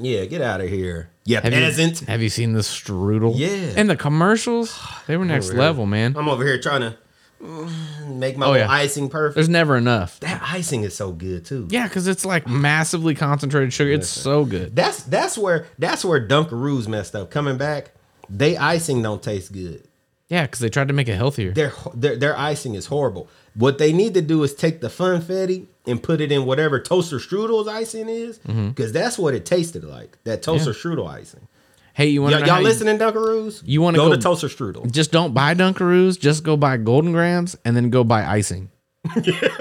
Speaker 2: Yeah, get out of here. Yeah,
Speaker 1: Have
Speaker 2: peasant.
Speaker 1: you have you seen this strudel?
Speaker 2: Yeah.
Speaker 1: and the commercials they were next
Speaker 2: Over here.
Speaker 1: level, man.
Speaker 2: I'm over here trying to mm, make my
Speaker 1: Oh,
Speaker 2: little
Speaker 1: yeah.
Speaker 2: icing perfect.
Speaker 1: There's never enough.
Speaker 2: that icing is so good too.
Speaker 1: Yeah, because it's like massively concentrated sugar. It's so good.
Speaker 2: That's that's where that's where Dunkaroos messed up. Coming back, they icing don't taste good.
Speaker 1: Yeah, because they tried to make it healthier.
Speaker 2: Their, their their icing is horrible. What they need to do is take the funfetti and put it in whatever toaster strudel's icing is, because
Speaker 1: Mm-hmm.
Speaker 2: that's what it tasted like. That toaster strudel icing.
Speaker 1: Hey, you want
Speaker 2: Y'all,
Speaker 1: to
Speaker 2: y'all listening, Dunkaroos?
Speaker 1: You wanna
Speaker 2: go,
Speaker 1: go-
Speaker 2: to toaster strudel?
Speaker 1: just don't buy Dunkaroos. Just go buy Golden Grams and then go buy icing.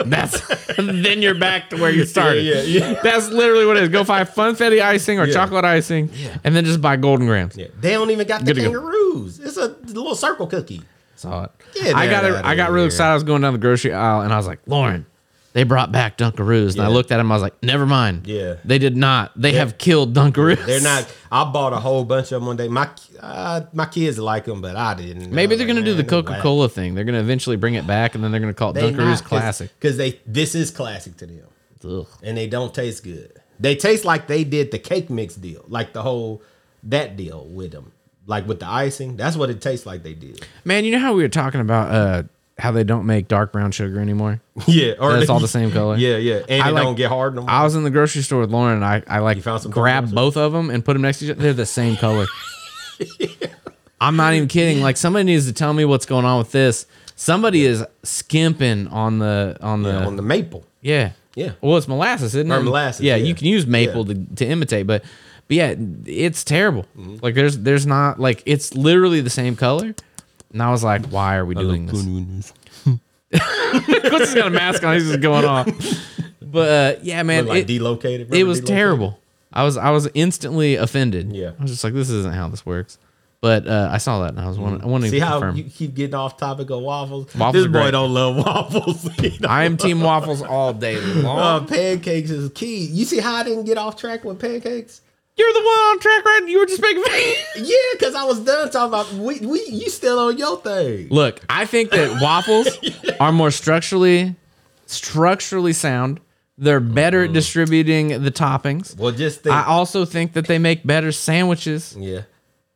Speaker 1: That's then you're back to where you started.
Speaker 2: Yeah, yeah,
Speaker 1: That's literally what it is. Go find funfetti icing or chocolate icing, and then just buy golden grams.
Speaker 2: Yeah, they don't even got the
Speaker 1: Good to go.
Speaker 2: kangaroos. It's a little circle cookie.
Speaker 1: Saw it.
Speaker 2: Get
Speaker 1: I got
Speaker 2: that
Speaker 1: it.
Speaker 2: outta
Speaker 1: I got real
Speaker 2: here.
Speaker 1: excited. I was going down the grocery aisle, and I was like, Lauren, they brought back Dunkaroos, and I
Speaker 2: Yeah.
Speaker 1: looked at him. I was like, never mind.
Speaker 2: Yeah.
Speaker 1: they did not. They have killed Dunkaroos.
Speaker 2: They're not. I bought a whole bunch of them one day. My uh, my kids like them, but I didn't.
Speaker 1: Maybe
Speaker 2: I was
Speaker 1: they're
Speaker 2: like,
Speaker 1: gonna do the
Speaker 2: "Man, they're
Speaker 1: Coca Cola thing. They're gonna eventually bring it back, and then they're gonna call it
Speaker 2: whack." They
Speaker 1: Dunkaroos
Speaker 2: not, cause,
Speaker 1: Classic.
Speaker 2: because they this is classic to them,
Speaker 1: Ugh.
Speaker 2: and they don't taste good. They taste like they did the cake mix deal, like the whole that deal with them, like with the icing. That's what it tastes like they did.
Speaker 1: Man, you know how we were talking about uh, how they don't make dark brown sugar anymore.
Speaker 2: Yeah, or
Speaker 1: That's all the same color.
Speaker 2: Yeah, yeah, and
Speaker 1: I
Speaker 2: it
Speaker 1: like-
Speaker 2: don't get hard no more.
Speaker 1: I was in the grocery store with Lauren, and I, I like
Speaker 2: found some
Speaker 1: grabbed
Speaker 2: Dunkaroos?
Speaker 1: both of them and put them next to each other. They're the same color. I'm not even kidding. Like somebody needs to tell me what's going on with this. Somebody is skimping on the on the
Speaker 2: Yeah,
Speaker 1: yeah.
Speaker 2: on the maple.
Speaker 1: yeah.
Speaker 2: Yeah.
Speaker 1: Well, it's molasses, isn't
Speaker 2: Or
Speaker 1: it?
Speaker 2: molasses,
Speaker 1: Yeah,
Speaker 2: yeah.
Speaker 1: you can use maple to, to imitate, but but yeah, it's terrible.
Speaker 2: Mm-hmm.
Speaker 1: Like there's there's not like it's literally the same color. And I was like, why are we doing
Speaker 2: Oh,
Speaker 1: this? Quincy's got a mask on. He's just going off. But uh, yeah, man,
Speaker 2: like
Speaker 1: it-
Speaker 2: delocated.
Speaker 1: it
Speaker 2: remember
Speaker 1: was
Speaker 2: delocated?
Speaker 1: terrible. I was I was instantly offended.
Speaker 2: Yeah.
Speaker 1: I was just like, this isn't how this works. But uh, I saw that and I was wanting, I wanted
Speaker 2: See
Speaker 1: to
Speaker 2: how
Speaker 1: confirm.
Speaker 2: you keep getting off topic of waffles.
Speaker 1: Waffles
Speaker 2: this
Speaker 1: are
Speaker 2: boy
Speaker 1: great.
Speaker 2: don't love waffles. He don't-
Speaker 1: I am team waffles all day
Speaker 2: Uh,
Speaker 1: long.
Speaker 2: pancakes is key. You see how I didn't get off track with pancakes?
Speaker 1: You're the one on track, right? You were just making me.
Speaker 2: Yeah, because I was done talking about we, we you still on your thing.
Speaker 1: Look, I think that waffles are more structurally structurally sound. They're better at distributing the toppings.
Speaker 2: Well, just think.
Speaker 1: I also think that they make better sandwiches.
Speaker 2: yeah,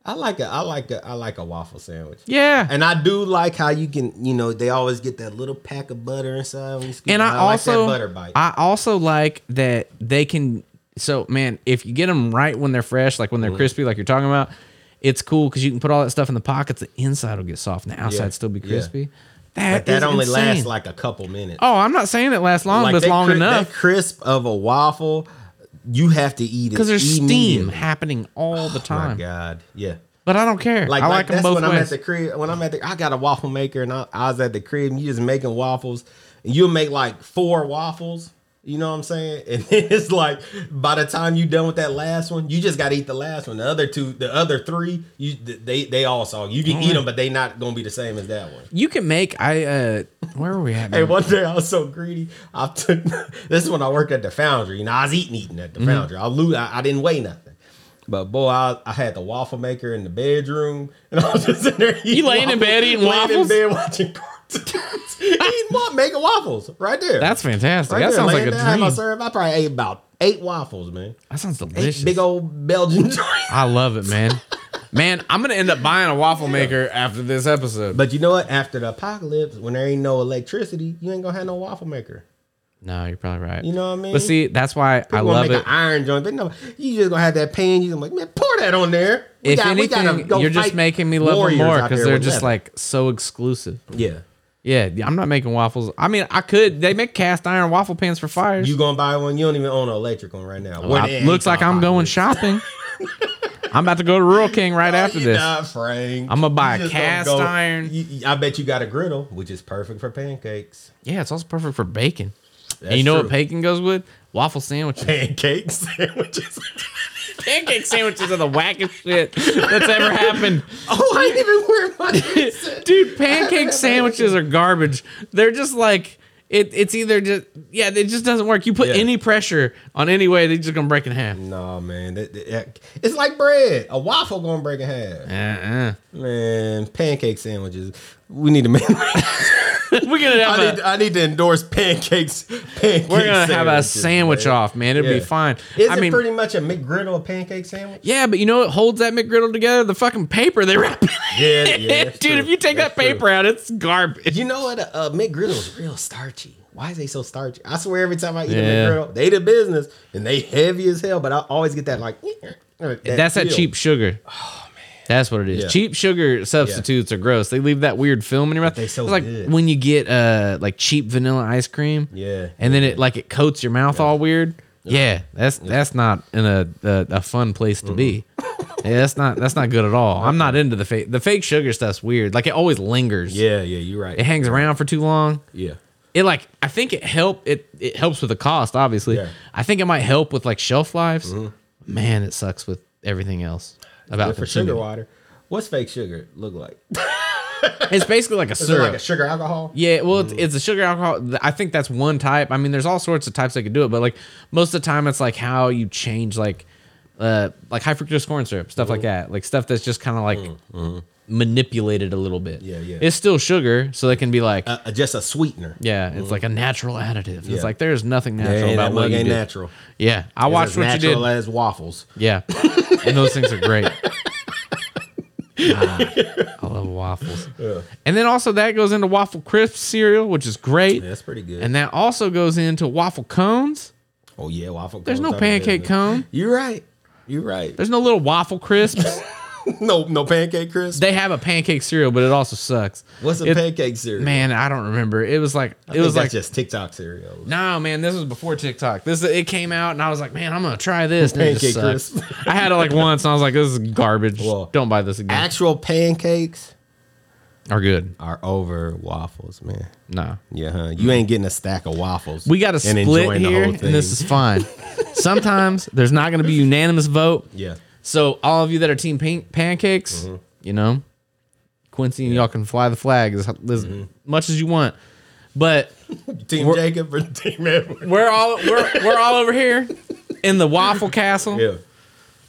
Speaker 2: I like a I like a I like a waffle sandwich.
Speaker 1: Yeah.
Speaker 2: And I do like how you can, you know, they always get that little pack of butter inside. When you scoop
Speaker 1: and
Speaker 2: it.
Speaker 1: I, also
Speaker 2: like that butter bite.
Speaker 1: I also like that they can. So man, if you get them right when they're fresh, like when
Speaker 2: Mm-hmm.
Speaker 1: they're crispy, like you're talking about, it's cool because you can put all that stuff in the pockets. The inside will get soft, and the outside
Speaker 2: Yeah,
Speaker 1: still be
Speaker 2: yeah.
Speaker 1: crispy.
Speaker 2: but
Speaker 1: That,
Speaker 2: that only lasts
Speaker 1: like.
Speaker 2: like a couple minutes.
Speaker 1: Oh, I'm not saying it lasts long,
Speaker 2: like
Speaker 1: but it's
Speaker 2: that
Speaker 1: long
Speaker 2: cri-
Speaker 1: enough
Speaker 2: That crisp of a waffle, you have to eat it
Speaker 1: because there's steam
Speaker 2: immediately.
Speaker 1: happening all the
Speaker 2: My
Speaker 1: time.
Speaker 2: God, yeah.
Speaker 1: But I don't care.
Speaker 2: Like,
Speaker 1: I
Speaker 2: like
Speaker 1: like, them
Speaker 2: that's
Speaker 1: both
Speaker 2: when I'm at
Speaker 1: ways.
Speaker 2: the crib. When I'm at the, I got a waffle maker, and I, I was at the crib. And you just making waffles. And you'll make like four waffles. You know what I'm saying? And then it's like by the time you done with that last one, you just got to eat the last one. The other two, the other three, you they they all saw you can eat them, but they not gonna be the same as that one.
Speaker 1: you can make. I uh, where were we at?
Speaker 2: Hey,
Speaker 1: man?
Speaker 2: one day I was so greedy. I took this is when I worked at the foundry. You know, I was eating eating at the
Speaker 1: Mm-hmm.
Speaker 2: foundry. I lose. I, I didn't weigh nothing. But boy, I, I had the waffle maker in the bedroom, and I was just in there. Eating
Speaker 1: laying in bed eating
Speaker 2: laying
Speaker 1: waffles?
Speaker 2: in bed watching cartoons, eating wa- making waffles right there.
Speaker 1: That's fantastic.
Speaker 2: right
Speaker 1: that
Speaker 2: there,
Speaker 1: sounds like
Speaker 2: laying
Speaker 1: a
Speaker 2: down, had my
Speaker 1: dream.
Speaker 2: syrup. I probably ate about eight waffles, man.
Speaker 1: That sounds
Speaker 2: Eight
Speaker 1: delicious.
Speaker 2: big old Belgian joint.
Speaker 1: I love it, man. Man, I'm gonna end up buying a waffle maker after this episode.
Speaker 2: But you know what? After the apocalypse, when there ain't no electricity, you ain't gonna have no waffle maker.
Speaker 1: No, you're probably right.
Speaker 2: You know what I mean?
Speaker 1: But see, that's why I
Speaker 2: You wanna
Speaker 1: love
Speaker 2: make
Speaker 1: it.
Speaker 2: An iron joint, but no, you just gonna have that pain. You gonna like, man, pour that on there. We
Speaker 1: If
Speaker 2: got- we gotta
Speaker 1: anything,
Speaker 2: go
Speaker 1: you're just
Speaker 2: fight
Speaker 1: making me love them
Speaker 2: warriors
Speaker 1: more
Speaker 2: out
Speaker 1: because
Speaker 2: there
Speaker 1: they're
Speaker 2: with
Speaker 1: just
Speaker 2: leather.
Speaker 1: like so exclusive.
Speaker 2: yeah.
Speaker 1: Yeah, I'm not making waffles. I mean, I could. They make cast iron waffle pans for fires.
Speaker 2: You gonna buy one? You don't even own an electric one right now.
Speaker 1: Well, Oh, I- looks like I'm going shopping. I'm about to go to Rural King right after this.
Speaker 2: Not, Frank.
Speaker 1: I'm gonna buy
Speaker 2: You
Speaker 1: a
Speaker 2: just gonna
Speaker 1: cast
Speaker 2: go-
Speaker 1: iron.
Speaker 2: You- you- I bet you got a griddle, which is perfect for pancakes.
Speaker 1: Yeah, it's also perfect for bacon.
Speaker 2: That's
Speaker 1: and you know
Speaker 2: true.
Speaker 1: what bacon goes with? Waffle sandwiches.
Speaker 2: Pancake sandwiches.
Speaker 1: Pancake sandwiches are the wackest shit that's ever happened.
Speaker 2: oh, I didn't even wear my.
Speaker 1: Dude, pancake sandwiches are garbage. They're just like it, it's either just yeah, it just doesn't work. You put
Speaker 2: Yeah.
Speaker 1: any pressure on any way, they're just gonna break in half.
Speaker 2: No man, that- that- it's like bread. A waffle gonna break in half.
Speaker 1: Uh-uh.
Speaker 2: Man, pancake sandwiches. We need to make.
Speaker 1: We're gonna have
Speaker 2: I
Speaker 1: a
Speaker 2: need, I need to endorse pancakes. pancake
Speaker 1: we're gonna have a
Speaker 2: sandwiches,
Speaker 1: sandwich
Speaker 2: man.
Speaker 1: off, man. It'll
Speaker 2: Yeah.
Speaker 1: be fine.
Speaker 2: Is
Speaker 1: I
Speaker 2: it
Speaker 1: mean,
Speaker 2: pretty much a McGriddle a pancake sandwich?
Speaker 1: yeah, but you know what holds that McGriddle together? The fucking paper they wrap it.
Speaker 2: Yeah,
Speaker 1: in. Dude, if you take that paper out, it's garbage.
Speaker 2: you know what? A, a McGriddle is real starchy. Why is they so starchy? I swear, every time I eat
Speaker 1: Yeah.
Speaker 2: a McGriddle, they the business and they heavy as hell. But I always get that like.
Speaker 1: That's that
Speaker 2: feel. Oh,
Speaker 1: cheap sugar. That's what it is.
Speaker 2: Yeah.
Speaker 1: Cheap sugar substitutes are gross. They leave that weird film in your mouth.
Speaker 2: they so
Speaker 1: it's like
Speaker 2: good.
Speaker 1: when you get uh like cheap vanilla ice cream.
Speaker 2: Yeah.
Speaker 1: And then it like it coats your mouth all weird. Yeah, that's that's not in a a, a fun place to be. Yeah, that's not that's not good at all. I'm not into the fake the fake sugar stuff's weird. Like it always lingers.
Speaker 2: Yeah, yeah, you're right.
Speaker 1: It hangs around for too long.
Speaker 2: Yeah.
Speaker 1: it like I think it help it it helps with the cost. Obviously,
Speaker 2: Yeah. Mm-hmm.
Speaker 1: I think it might help with like shelf lives. Man, it sucks with everything else about
Speaker 2: for sugar
Speaker 1: consuming it.
Speaker 2: water. What's fake sugar look like?
Speaker 1: It's basically like a
Speaker 2: Is it
Speaker 1: syrup.
Speaker 2: like a Mm-hmm. sugar alcohol?
Speaker 1: Yeah, well, it's, it's a sugar alcohol. th- I think that's one type. I mean, there's all sorts of types that could do it, but like most of the time, it's like how you change like, uh, like high fructose corn syrup stuff
Speaker 2: Mm-hmm.
Speaker 1: like that, like stuff that's just kind of like manipulated a little bit.
Speaker 2: Yeah, yeah.
Speaker 1: It's still sugar, so they can be like,
Speaker 2: Uh, just a sweetener.
Speaker 1: yeah, it's like a natural additive.
Speaker 2: Yeah.
Speaker 1: It's like there's nothing
Speaker 2: Yeah,
Speaker 1: natural about
Speaker 2: that
Speaker 1: what
Speaker 2: mug
Speaker 1: you
Speaker 2: ain't
Speaker 1: did.
Speaker 2: natural.
Speaker 1: Yeah, I watched
Speaker 2: It's
Speaker 1: what
Speaker 2: as
Speaker 1: you did.
Speaker 2: natural as waffles.
Speaker 1: Yeah. and those things are great. Ah, I love waffles. And then also that goes into waffle crisp cereal, which is great.
Speaker 2: Yeah, that's pretty good.
Speaker 1: And that also goes into waffle cones.
Speaker 2: oh yeah, waffle.
Speaker 1: There's no
Speaker 2: cones are the
Speaker 1: pancake
Speaker 2: business.
Speaker 1: cone.
Speaker 2: You're right. You're right.
Speaker 1: There's no little waffle crisps.
Speaker 2: no no pancake crisp.
Speaker 1: they have a pancake cereal, but it also sucks.
Speaker 2: What's a
Speaker 1: It-
Speaker 2: pancake cereal?
Speaker 1: Man, I don't remember. It was like
Speaker 2: I
Speaker 1: it
Speaker 2: think
Speaker 1: was
Speaker 2: that's
Speaker 1: like
Speaker 2: just TikTok cereals.
Speaker 1: No, man, this was before TikTok. This it came out, and I was like, man, I'm gonna try this. And it just
Speaker 2: Pancake
Speaker 1: sucked. I had it like once, and I was like, this is garbage.
Speaker 2: Well,
Speaker 1: don't buy this again.
Speaker 2: Actual pancakes
Speaker 1: Are good.
Speaker 2: are over waffles, man.
Speaker 1: No,
Speaker 2: Yeah, huh? You ain't getting a stack of waffles.
Speaker 1: we got a
Speaker 2: and
Speaker 1: split
Speaker 2: enjoying the
Speaker 1: here,
Speaker 2: whole
Speaker 1: and this
Speaker 2: thing.
Speaker 1: is fine. Sometimes there's not gonna be unanimous vote.
Speaker 2: yeah.
Speaker 1: So all of you that are team pan- pancakes,
Speaker 2: Mm-hmm.
Speaker 1: you know, Quincy and y'all can fly the flag as, as
Speaker 2: Mm-hmm.
Speaker 1: much as you want, but
Speaker 2: Team
Speaker 1: We're-
Speaker 2: Jacob or Team Edward.
Speaker 1: we're all we're we're all over here in the waffle castle.
Speaker 2: Yeah.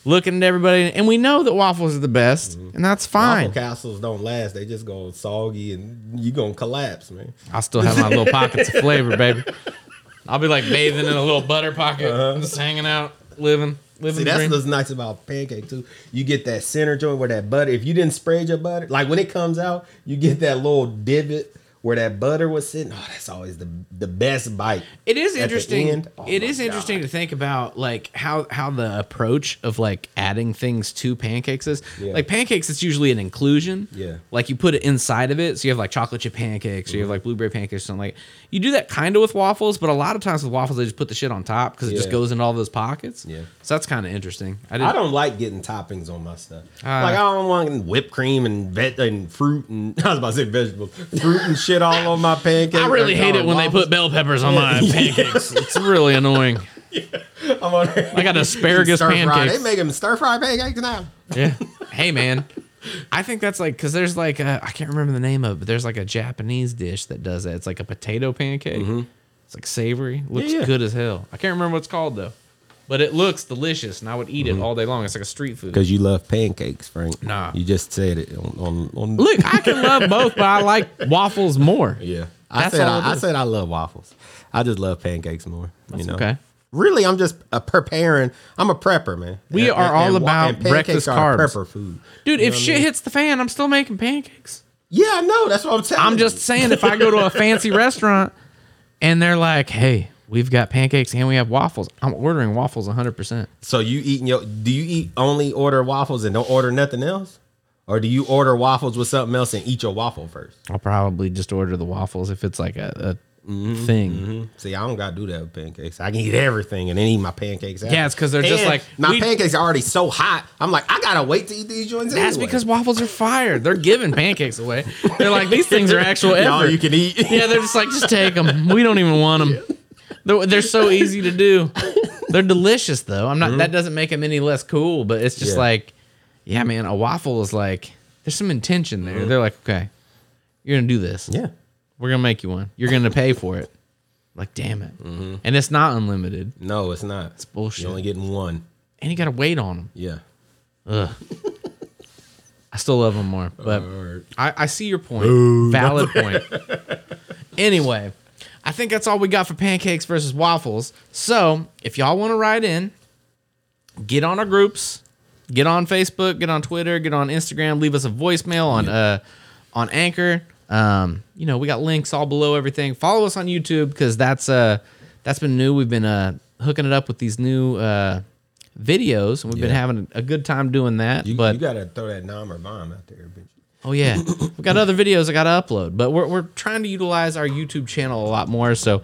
Speaker 1: looking at everybody, and we know that waffles are the best, and that's fine.
Speaker 2: Mm-hmm. Waffle castles don't last. They just go soggy and you gonna collapse, man.
Speaker 1: I'll still have my little pockets of flavor, baby. I'll be like bathing in a little butter pocket, just hanging out, living, living
Speaker 2: Uh-huh. See,
Speaker 1: the
Speaker 2: that's
Speaker 1: dream.
Speaker 2: what's nice about pancake too. You get that center joint where that butter. If you didn't spread your butter, like when it comes out, you get that little divot where that butter was sitting. Oh, that's always the the best bite.
Speaker 1: it is
Speaker 2: the
Speaker 1: interesting.
Speaker 2: end. Oh
Speaker 1: it
Speaker 2: my
Speaker 1: is
Speaker 2: God.
Speaker 1: interesting to think about, like how how the approach of like adding things to pancakes is.
Speaker 2: Yeah.
Speaker 1: Like pancakes, it's usually an inclusion.
Speaker 2: Yeah. Mm-hmm.
Speaker 1: Like you put it inside of it, so you have like chocolate chip pancakes, or you have like blueberry pancakes, or something like. You do that kind of with waffles, but a lot of times with waffles, they just put the shit on top because it just
Speaker 2: Yeah.
Speaker 1: goes in all those pockets.
Speaker 2: Yeah.
Speaker 1: So that's kind of interesting. I didn't.
Speaker 2: I don't like getting toppings on my stuff.
Speaker 1: Ah.
Speaker 2: like I don't want whipped cream and vet and fruit and I was about to say vegetables, fruit and shit all on my pancakes.
Speaker 1: I really
Speaker 2: or
Speaker 1: hate it
Speaker 2: on
Speaker 1: when they put
Speaker 2: waffles.
Speaker 1: bell peppers on my pancakes. It's really annoying.
Speaker 2: I'm on there.
Speaker 1: I got asparagus
Speaker 2: Stir fry. They
Speaker 1: pancakes.
Speaker 2: make them stir fry pancakes now.
Speaker 1: Yeah. Hey man, I think that's like because there's like uh, I I can't remember the name of, it, but there's like a Japanese dish that does that. It's like a potato pancake. It's like savory. Looks
Speaker 2: Mm-hmm. yeah.
Speaker 1: good as hell. I can't remember what it's called though, but it looks delicious, and I would
Speaker 2: Mm-hmm.
Speaker 1: eat it all day long. It's like a street food.
Speaker 2: Because you love pancakes, Frank.
Speaker 1: Nah.
Speaker 2: you just said it on on. on
Speaker 1: Look, I can love both, but I like waffles more.
Speaker 2: Yeah. I
Speaker 1: That's
Speaker 2: said
Speaker 1: all it
Speaker 2: I, I
Speaker 1: is.
Speaker 2: said I love waffles. I just love pancakes more. you know.
Speaker 1: okay.
Speaker 2: Really, I'm just uh, preparing. I'm a prepper, man.
Speaker 1: We are all
Speaker 2: wa-
Speaker 1: about
Speaker 2: pancakes
Speaker 1: breakfast
Speaker 2: are a
Speaker 1: carbs.
Speaker 2: Prepper food.
Speaker 1: Dude, if shit hits the fan, I'm still making pancakes.
Speaker 2: Yeah, I know. That's what I'm telling.
Speaker 1: I'm just saying, if I go to a fancy restaurant and they're like, "Hey, we've got pancakes and we have waffles," I'm ordering waffles 100. percent
Speaker 2: You. So you eating your? Do you eat only order waffles and don't order nothing else, or do you order waffles with something else and eat your waffle first?
Speaker 1: I'll probably just order the waffles if it's like a, a
Speaker 2: Mm-hmm,
Speaker 1: thing.
Speaker 2: See, I don't gotta do that with pancakes. I can eat everything and then eat my pancakes. After.
Speaker 1: Yeah, it's 'cause they're just
Speaker 2: And
Speaker 1: like,
Speaker 2: my
Speaker 1: we-
Speaker 2: pancakes are already so hot. I'm like, I gotta wait to eat these joints.
Speaker 1: That's
Speaker 2: anyway.
Speaker 1: because waffles are fire. They're giving pancakes away. They're like these things are actual
Speaker 2: Y'all,
Speaker 1: effort.
Speaker 2: you can eat.
Speaker 1: yeah, they're just like just take them. We don't even want them. They're, they're so easy to do. They're delicious though. I'm not. That doesn't make them any less cool. But it's just
Speaker 2: Mm-hmm. Yeah.
Speaker 1: like, yeah, man, a waffle is like there's some intention there. They're like, okay, you're gonna do this.
Speaker 2: Mm-hmm. yeah.
Speaker 1: We're gonna make you one. You're gonna pay for it. Like, damn it. And it's not unlimited.
Speaker 2: No, it's not. It's
Speaker 1: bullshit.
Speaker 2: You're Mm-hmm. only getting one.
Speaker 1: And you gotta wait on them.
Speaker 2: Yeah.
Speaker 1: I still love them more, but
Speaker 2: Alright.
Speaker 1: I, I see your point. Valid point. anyway, I think that's all we got for pancakes versus waffles. So if y'all want to write in, get on our groups, get on Facebook, get on Twitter, get on Instagram, leave us a voicemail on uh on Anchor. Um, you know, we got links all below everything. Follow us on YouTube because that's uh that's been new. We've been uh hooking it up with these new uh videos and we've been
Speaker 2: Yeah.
Speaker 1: having a good time doing that.
Speaker 2: You,
Speaker 1: but
Speaker 2: you gotta throw that nom or bomb out there, bitch.
Speaker 1: Oh yeah, we got other videos I got to upload, but we're we're trying to utilize our YouTube channel a lot more. So,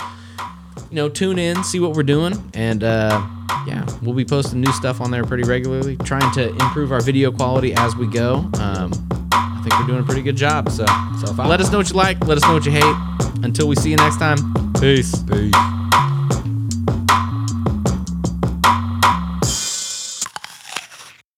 Speaker 1: you know, tune in, see what we're doing, and uh, yeah, we'll be posting new stuff on there pretty regularly, trying to improve our video quality as we go. Um, I think we're doing a pretty good job. So, so let us know what you like, let us know what you hate. Until we see you next time, Peace.
Speaker 2: Peace.